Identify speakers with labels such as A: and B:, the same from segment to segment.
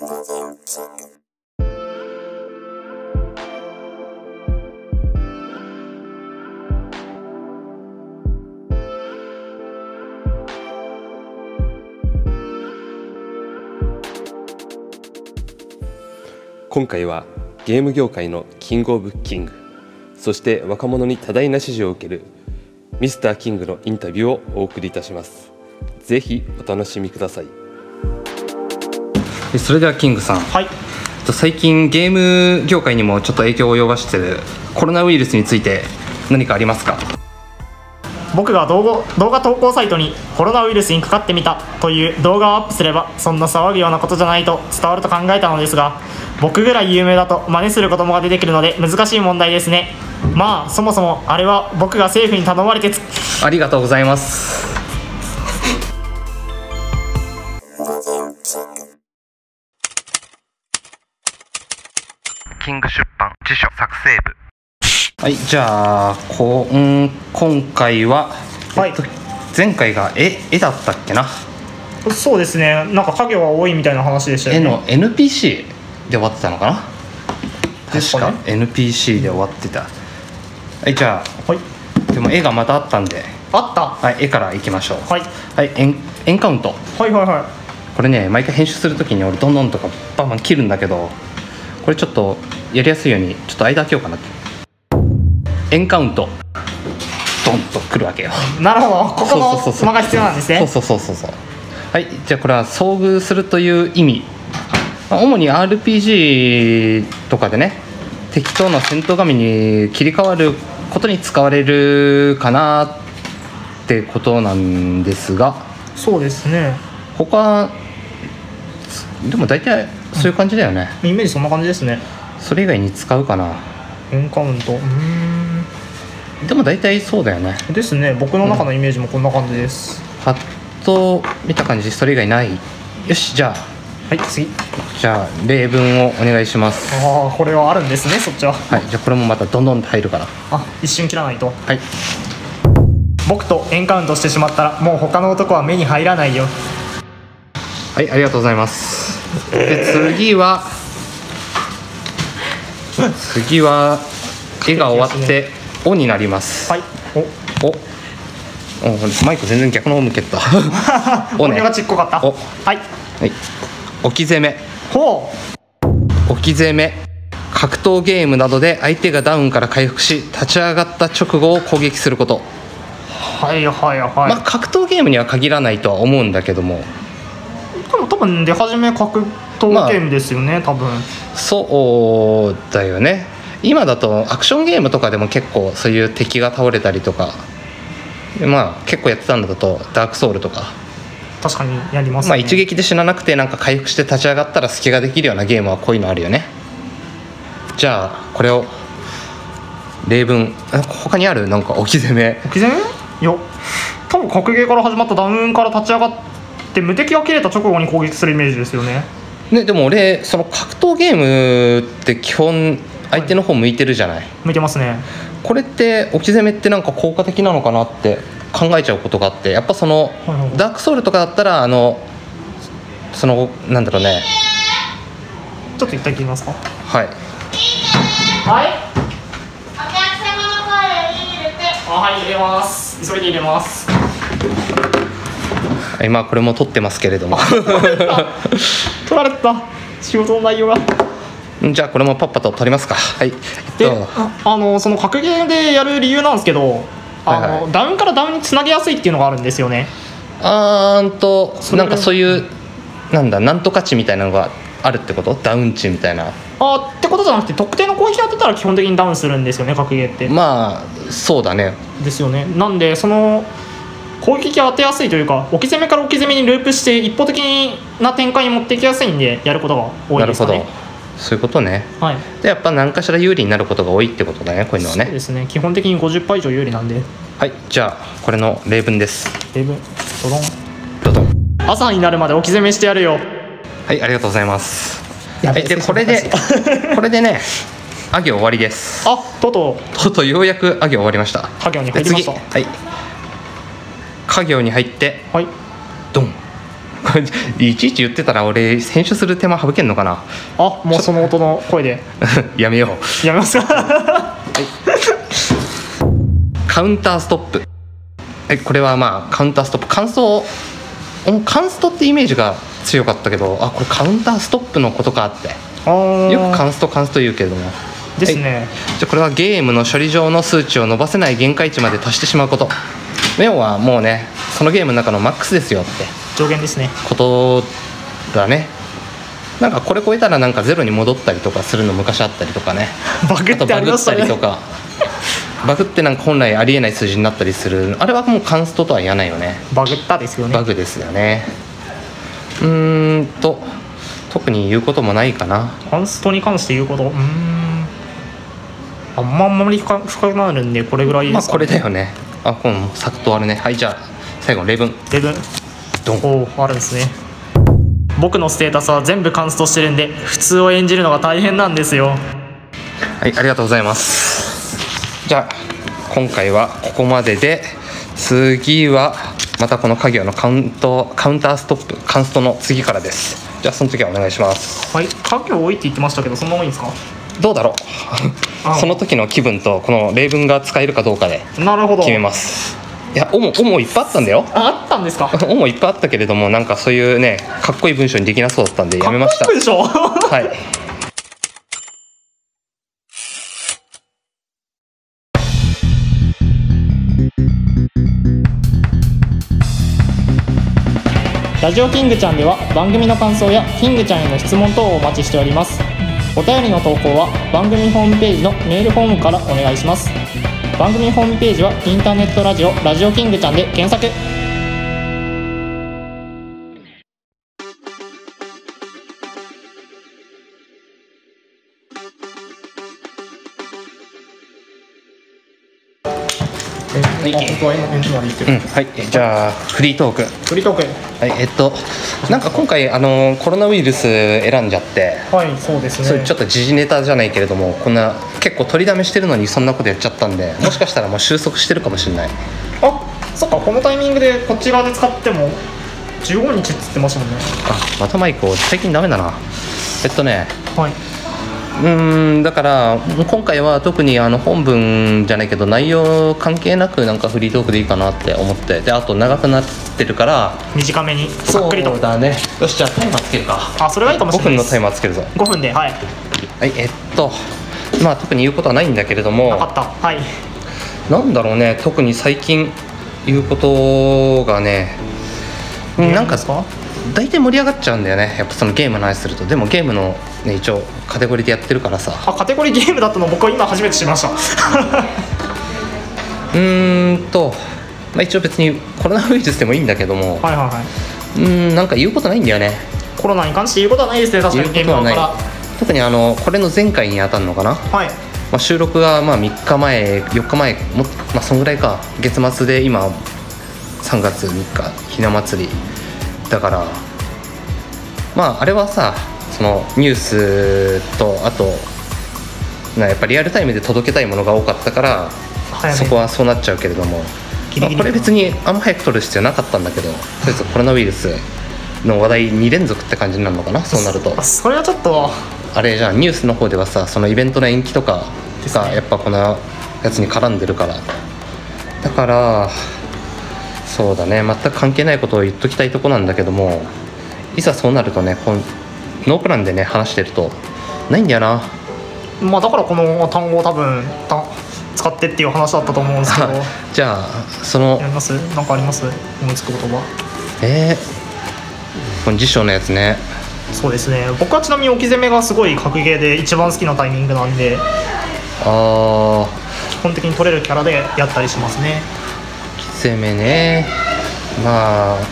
A: Radio King.
B: 今回はゲーム業界のキングオブキングそして若者に多大な支持を受けるミスターキングのインタビューをお送りいたしますぜひお楽しみください
C: えそれではキングさん、
D: はい、
C: えっと最近ゲーム業界にもちょっと影響を及ぼしてるコロナウイルスについて何かありますか
D: 僕が動画動画投稿サイトにコロナウイルスにかかってみたという動画をアップすればそんな騒ぐようなことじゃないと伝わると考えたのですが僕ぐらい有名だと真似する子供が出てくるので難しい問題ですねまあそもそもあれは僕が政府に頼まれてつ
C: ありがとうございます
E: キング出版辞書作成部
C: はいじゃあこん今回は、
D: はい
C: えっと前回が絵絵だったっけな
D: そうですねなんか影は多いみたいな話でした
C: 絵の NPC で終わってたのかな
D: です
C: 確
D: かね
C: か NPC で終わってたはいじゃあ
D: はい
C: でも絵がまたあったんで、
D: あった
C: はい、絵からいきましょう
D: はい
C: はい、エンエンカウント
D: はいはいは
C: これね毎回編集するときに俺どんどんとかバンバン切るんだけどこれちょっとやりやすいようにちょっと間開けようかなってエンカウントドンとくるわけよ
D: いなるほどここの
C: そうそうそうそう
D: 間が必要なんですね
C: そうそうそうそうそうはいじゃあこれは遭遇するという意味、まあ主に RPG とかでね敵との戦闘画面に切り替わることに使われるかなってことなんですが
D: そうですね
C: 他でも大体そういう感じだよね、
D: イメージそんな感じですね
C: それ以外に使うかな
D: エンカウントうーん
C: でも大体そうだよね
D: ですね僕の中のイメージもこんな感じです、
C: パッと見た感じそれ以外ないよしじゃあ
D: はい次
C: じゃあ例文をお願いします
D: ああこれはあるんですねそっちは
C: はいじゃあこれもまたどんどんと入るから
D: あ一瞬切らないと
C: はい
D: 僕とエンカウントしてしまったらもう他の男は目に入らないよ
C: はいありがとうございますで次は次は絵が終わって「お」になります
D: はいお
C: おおマイク全然逆の方向け たお
D: これ
C: ね
D: がちっこかった
C: お
D: はい
C: はい置き攻め
D: ほ
C: 置き攻め格闘ゲームなどで相手がダウンから回復し立ち上がった直後を攻撃すること、
D: うはいはいはい、
C: まあ格闘ゲームには限らないとは思うんだけども
D: でも多分出始め格
C: まあ
D: 闘ゲームですよね、多分
C: そうだよね今だとアクションゲームとかでも結構そういう敵が倒れたりとかまあ結構やってたんだとダークソウルとか、
D: 確かにやりますね
C: まあ、一撃で死ななくてなんか回復して立ち上がったら隙ができるようなゲームはこういうのあるよねじゃあこれを例文あ他にあるなんか置き攻め
D: 置き攻めよ多分格ゲーから始まったダウンから立ち上がって無敵が切れた直後に攻撃するイメージですよね
C: ね、でも俺その格闘ゲームって基本相手の方向いてるじゃない、
D: 向いてますね
C: これって置き攻めってなんか効果的なのかなって考えちゃうことがあってやっぱその
D: はいはい
C: ダークソウルとかだったらあのそのなんだろうね
D: ちょっと一回切りますか
C: はい
D: はい
F: お客様の声を入れて
D: あはい入れます急いで入れます
C: 今これも撮ってますけれ ども
D: 取られた仕事の内容が
C: じゃあこれもパッパと撮りますかはいえ
D: で、
C: っと
D: ああのその格ゲーでやる理由なんですけどあの、
C: はいはい
D: ダウンからダウンにつなげやすいっていうのがあるんですよね
C: あーんと
D: それ
C: な
D: で
C: んかそういうなんだなんとか値みたいなのがあるってことダウン値みたいな
D: あってことじゃなくて特定の攻撃当てたら基本的にダウンするんですよね格ゲーって、
C: まあそうだね
D: ですよねなんでその攻撃が当てやすいというか置き攻めから置き攻めにループして一方的な展開に持っていきやすいんでやることが
C: な
D: 多
C: いる
D: です
C: ほ
D: か
C: ど
D: ね
C: そういうことね
D: はい、
C: でやっぱ何かしら有利になることが多いってことだねこういうのは
D: そうで
C: ね
D: すね基本的に50以上有利なんで
C: はいじゃあこれの例文です
D: レブドロン
C: どうぞ
D: 朝になるまで置き攻めしてやるよ
C: はいありがとうございます
D: や
C: は
D: べ
C: いで
D: 失礼し
C: これで
D: ま
C: これでねあ行終わりです
D: あとうと
C: とうとうようやくあ行終わりました
D: う家業に
C: で
D: 入りま
C: 次
D: した
C: はい家業に入って
D: はい
C: ドン これいちいち言ってたら俺編集する手間省けんのかな
D: あもうその音の声で
C: やめよう
D: やめます か
C: カウンターストップえこれはまあカウンターストップ感想おカンストってイメージが強かったけどあこれカウンターストップのことかって
D: あー
C: よくカンストカンスト言うけれども
D: ですね
C: じゃあこれはゲームの処理上の数値を伸ばせない限界値まで達してしまうこと要はもうねそのゲームの中のマックスですよって
D: 上限ですね
C: ことだねなんかこれ超えたらなんかゼロに戻ったりとかするの昔あったりとかね
D: バグ
C: あ
D: っ
C: と
D: てあ
C: バ
D: り
C: グ
D: ま
C: っ
D: した
C: たり
D: ね
C: とかバグってなんか本来ありえない数字になったりするあれはもうカンストとは言わないよね
D: バグったですよね
C: バグですよねうーんと特に言うこともないかな
D: カンストに関して言うことうーんあんまあんまり深深くなるんでこれぐらい
C: ま
D: で
C: あ
D: すか、
C: これだよねあこのサクッと終わるねはいじゃあ最後の例文
D: で分
C: ドン
D: おおあるんですね僕のステータスは全部カンストしてるんで普通を演じるのが大変なんですよ
C: はい、ありがとうございます。じゃあ、今回はここまでで、次は、またこの家業のカウント、カウンターストップ、カンストの次からです。じゃあ、その時はお願いします。
D: はい家業多いって言ってましたけどそんな多いんですか
C: どうだろ
D: あ
C: うその時の気分と、この例文が使えるかどうかで
D: なるほど
C: 決めます。いや、おも、おもいっぱいあったんだよ。
D: ああったんですか
C: おもいっぱいあったけれども、なんかそういうね、かっこいい文章にできなそうだったんで、やめました
D: かっこい。いでしょ
C: はい。
D: ラジオキングちゃんでは番組の感想やキングちゃんへの質問等をお待ちしておりますお便りの投稿は番組ホームページのメールフォームからお願いします番組ホームページはインターネットラジオラジオキングちゃんで検索え
C: あこ
D: こは今返事まで言って
C: う
D: る、
C: ん、はい。じゃあ、フリートーク。
D: フリートーク
C: はい、えっと、なんか今回、あのコロナウイルス選んじゃって、
D: はいそうです
C: そうい
D: ね
C: うちょっと時事ネタじゃないけれども、こんな、結構取りだめしてるのに、そんなことやっちゃったんで、もしかしたらもう収束してるかもしれない。
D: あそっかこのタイミングでこっち側で使っても15日って言ってましたもんね
C: あまたマイクを、最近ダメだな。えっとね、
D: はいう
C: ーん、だから、今回は特にあの本文じゃないけど、内容関係なく、なんかフリートークでいいかなって思って、で、あと長くなってるから、
D: 短めにさっくりと
C: そうだね。よし、じゃあタイマーつけるか。
D: あそれがいいかも
C: 5
D: しれない
C: 分
D: で
C: の
D: す
C: タイマーつけるぞ。
D: 5分ではい
C: はい、えっと、まあ特に言うことはないんだけれども、
D: なかったはい
C: なんだろうね特に最近言うことがねうんなんか
D: ですか
C: 大体盛り上がっちゃうんだよねやっぱそのゲームの話するとでもゲームの、ね、一応カテゴリーでやってるからさ
D: あカテゴリーゲームだったの僕は今初めて知りまし た
C: うーんと、まあ、一応別にコロナウイルスでもいいんだけども
D: はいはいはい
C: うんなんか言うことないんだよね
D: コロナに関して言うことはないですね確か
C: 言う
D: に
C: こ
D: ゲー
C: と
D: ム
C: は
D: 側
C: ない
D: か
C: 特にあのこれの前回に当たるのかな、ま
D: らはい
C: あ、収録がまあ3日前4日前も、まあ、そんぐらいか月末で今3月3日ひな祭りだからまああれはさそのニュースとあとなやっぱリアルタイムで届けたいものが多かったから
D: 早め
C: そこはそうなっちゃうけれども
D: ギリギリ
C: まあこれ別にあんま早く取る必要なかったんだけどとりあえずコロナウイルスの話題2連続って感じになるのかなそうなると
D: あそれはちょっと
C: あれじゃんニュースの方ではさそのイベントの延期とか
D: です
C: が
D: ね
C: やっぱこのやつに絡んでるからだからそうだね全く関係ないことを言っときたいとこなんだけどもいざそうなるとねこんノープランでね話してるとないんだよな
D: まあだからこの単語を多分た使ってっていう話だったと思うんで すけど
C: じゃあその
D: やりますなんかあります思いつく言葉
C: えー、この辞書のやつね
D: そうですね僕はちなみに置き攻めがすごい格ゲーで一番好きなタイミングなんで
C: ああ
D: 基本的に取れるキャラでやったりしますね
C: 攻めねまあこ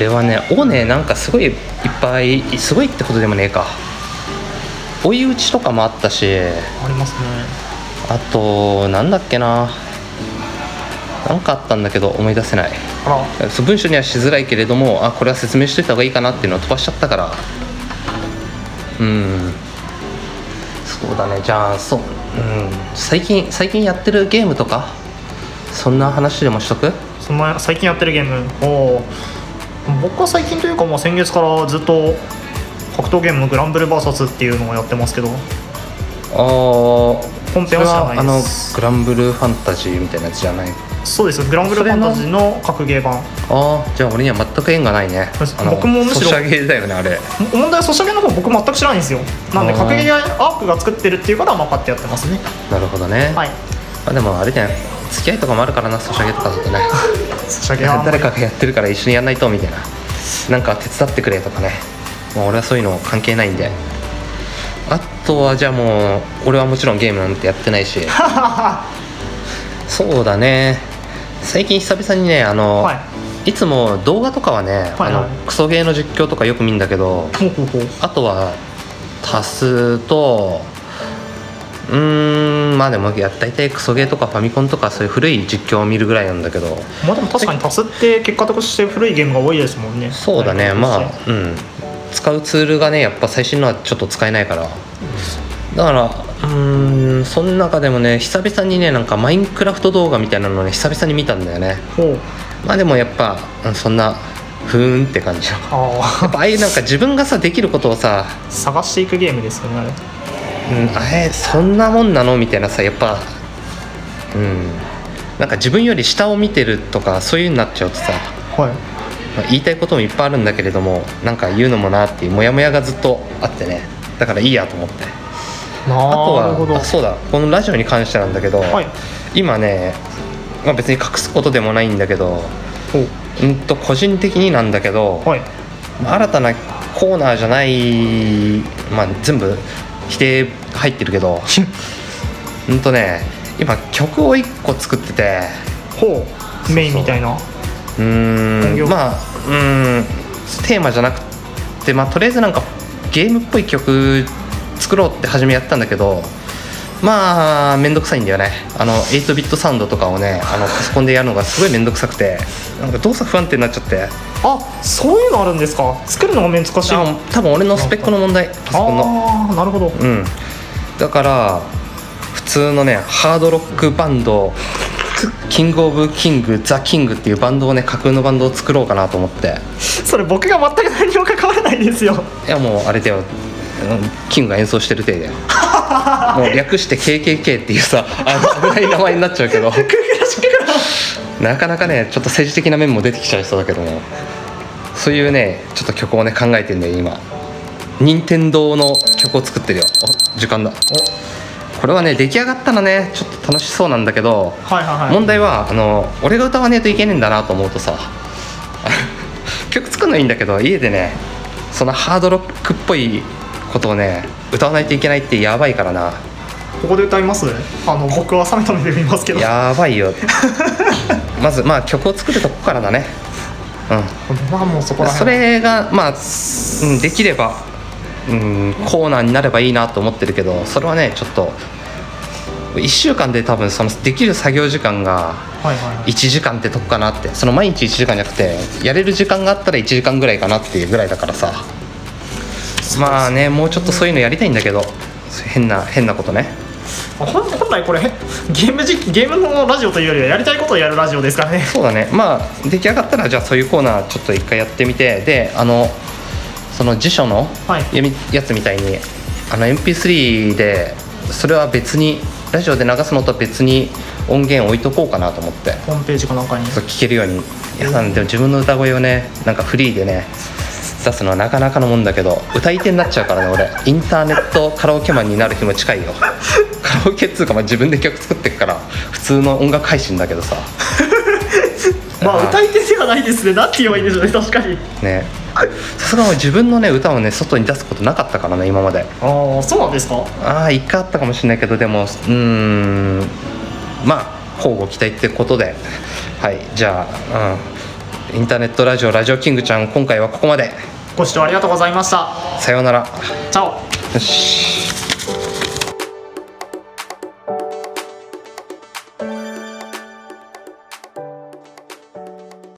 C: れはね「お」ねなんかすごいいっぱいすごいってほどでもねえか追い打ちとかもあったし
D: ありますね
C: あとなんだっけななんかあったんだけど思い出せない
D: あら
C: そう文章にはしづらいけれどもあこれは説明しといた方がいいかなっていうのを飛ばしちゃったからうんそうだねじゃあそう、うん、最近最近やってるゲームとかそんな話でもしとく
D: そんな最近やってるゲームおお僕は最近というかもう先月からずっと格闘ゲームのグランブル VS っていうのをやってますけど
C: ああ
D: 本編は知らないで
C: あの
D: す
C: グランブルーファンタジーみたいなやつじゃない
D: そうですグランブルファンタジーの格ゲー版
C: ああじゃあ俺には全く縁がないねあの
D: 僕もむしろ
C: ソシャゲだよねあれ
D: 問題はソシャゲの方僕全く知らないんですよなんで
C: あー
D: 格ゲーアークが作ってるっていうからまあ買ってやってますね
C: なるほどね、
D: はい
C: あでもあれじゃん付き合いとかもあるからなソシャゲとかだ とね
D: ソシャゲ は
C: 誰かがやってるから一緒にやんないとみたいななんか手伝ってくれとかねもう俺はそういうの関係ないんであとはじゃあもう俺はもちろんゲームなんてやってないし そうだね最近久々にねあの、、
D: はい
C: つも動画とかはね、
D: はいはい
C: あのクソゲーの実況とかよく見るんだけど
D: ほうほうほう
C: あとは足すとうーんまあでもや大体クソゲーとかファミコンとかそういう古い実況を見るぐらいなんだけど
D: まあでも確かにタスって結果として古いゲームが多いですもんね
C: そうだねまあうん使うツールがねやっぱ最新のはちょっと使えないからだからうーんその中でもね久々にねなんかマインクラフト動画みたいなのをね久々に見たんだよね
D: ほう
C: まあでもやっぱうんそんなふーんって感じのや
D: あ
C: っぱああいうなんか自分がさできることをさ
D: あ 探していくゲームですよねあれ
C: うん、あれそんなもんなのみたいなさやっぱうんなんか自分より下を見てるとかそういうになっちゃうとさ、
D: はい
C: まあ言いたいこともいっぱいあるんだけれどもなんか言うのもなっていうモヤモヤがずっとあってねだからいいやと思って
D: な
C: あと
D: るほ
C: は
D: ど
C: あそうだこのラジオに関してなんだけど、
D: はい
C: 今ね、まあ、別に隠すことでもないんだけど
D: ほう
C: うんと個人的になんだけど、
D: はい
C: 新たなコーナーじゃない、まあ、全部否定入ってるけどうんとね今曲を1個作ってて
D: ほうメインみたいな
C: うー
D: 本
C: ん
D: 業
C: まあうーんテーマじゃなくて、まあ、とりあえずなんかゲームっぽい曲作ろうって初めやったんだけどまあ面倒くさいんだよねあの8ビットサウンドとかをねあのパソコンでやるのがすごい面倒くさくてなんか動作不安定になっちゃって
D: あそういうのあるんですか作るのが難しい
C: あ多分俺のスペックの問題パソコンの。
D: ああなるほど
C: うん、だから普通のねハードロックバンドキングオブキングザ・キングっていうバンドをね架空のバンドを作ろうかなと思って
D: それ僕が全く何にも関わらない ですよ
C: いやもうあれだようんキングが演奏してる体だよもう略して KKK っていうさあの危ない名前になっちゃうけどなかなかねちょっと政治的な面も出てきちゃいそうだけどもそういうねちょっと曲をね考えてんだよ今任天堂の曲を作ってるよお時間だこれはね出来上がったらねちょっと楽しそうなんだけど、
D: はいはいはい
C: 問題はあの俺が歌わねえといけねえんだなと思うとさ 曲作るのいいんだけど家でねそのハードロックっぽいことをね歌わないといけないってやばいから な
D: ここで歌いますあの僕は冷めた目で見ますけど
C: やばいよまずまあ曲を作るとこからだね
D: まあもうそこ
C: うん
D: ら
C: そ
D: 辺
C: れがまあ、うんできれば、うん、コーナーになればいいなと思ってるけどそれはねちょっと1週間で多分そのできる作業時間が
D: はいはいはい
C: 1時間ってとこかなってその毎日1時間じゃなくてやれる時間があったら1時間ぐらいかなっていうぐらいだからさまあねもうちょっとそういうのやりたいんだけどそういう変な変なことね
D: あほん本来これゲーム実ゲームのラジオというよりはやりたいことをやるラジオですからね
C: そうだねまあ出来上がったらじゃあそういうコーナーちょっと一回やってみてであのその辞書の
D: はい
C: やみやつみたいにあの MP3 でそれは別にラジオで流すのとは別に音源置いとこうかなと思って
D: ホームページかなんかに
C: そう聞けるようにいやなんでも自分の歌声をねなんかフリーでね出すのはなかなかのもんだけど歌い手になっちゃうからね俺インターネットカラオケマンになる日も近いよカラオケっつうか、まあ、自分で曲作ってっから普通の音楽配信だけどさ
D: まあ歌い手ではないですねなんて言えばいいんでしょうね確かに
C: ねさすがに自分のね歌をね外に出すことなかったからね今まで
D: ああそうなんですか
C: ああ一回あったかもしれないけどでもうーんまあ交互期待ってことではいじゃあ、うん、インターネットラジオラジオキングちゃん今回はここまで
D: ご視聴ありがとうございました
C: さようなら
D: チャオ
C: よし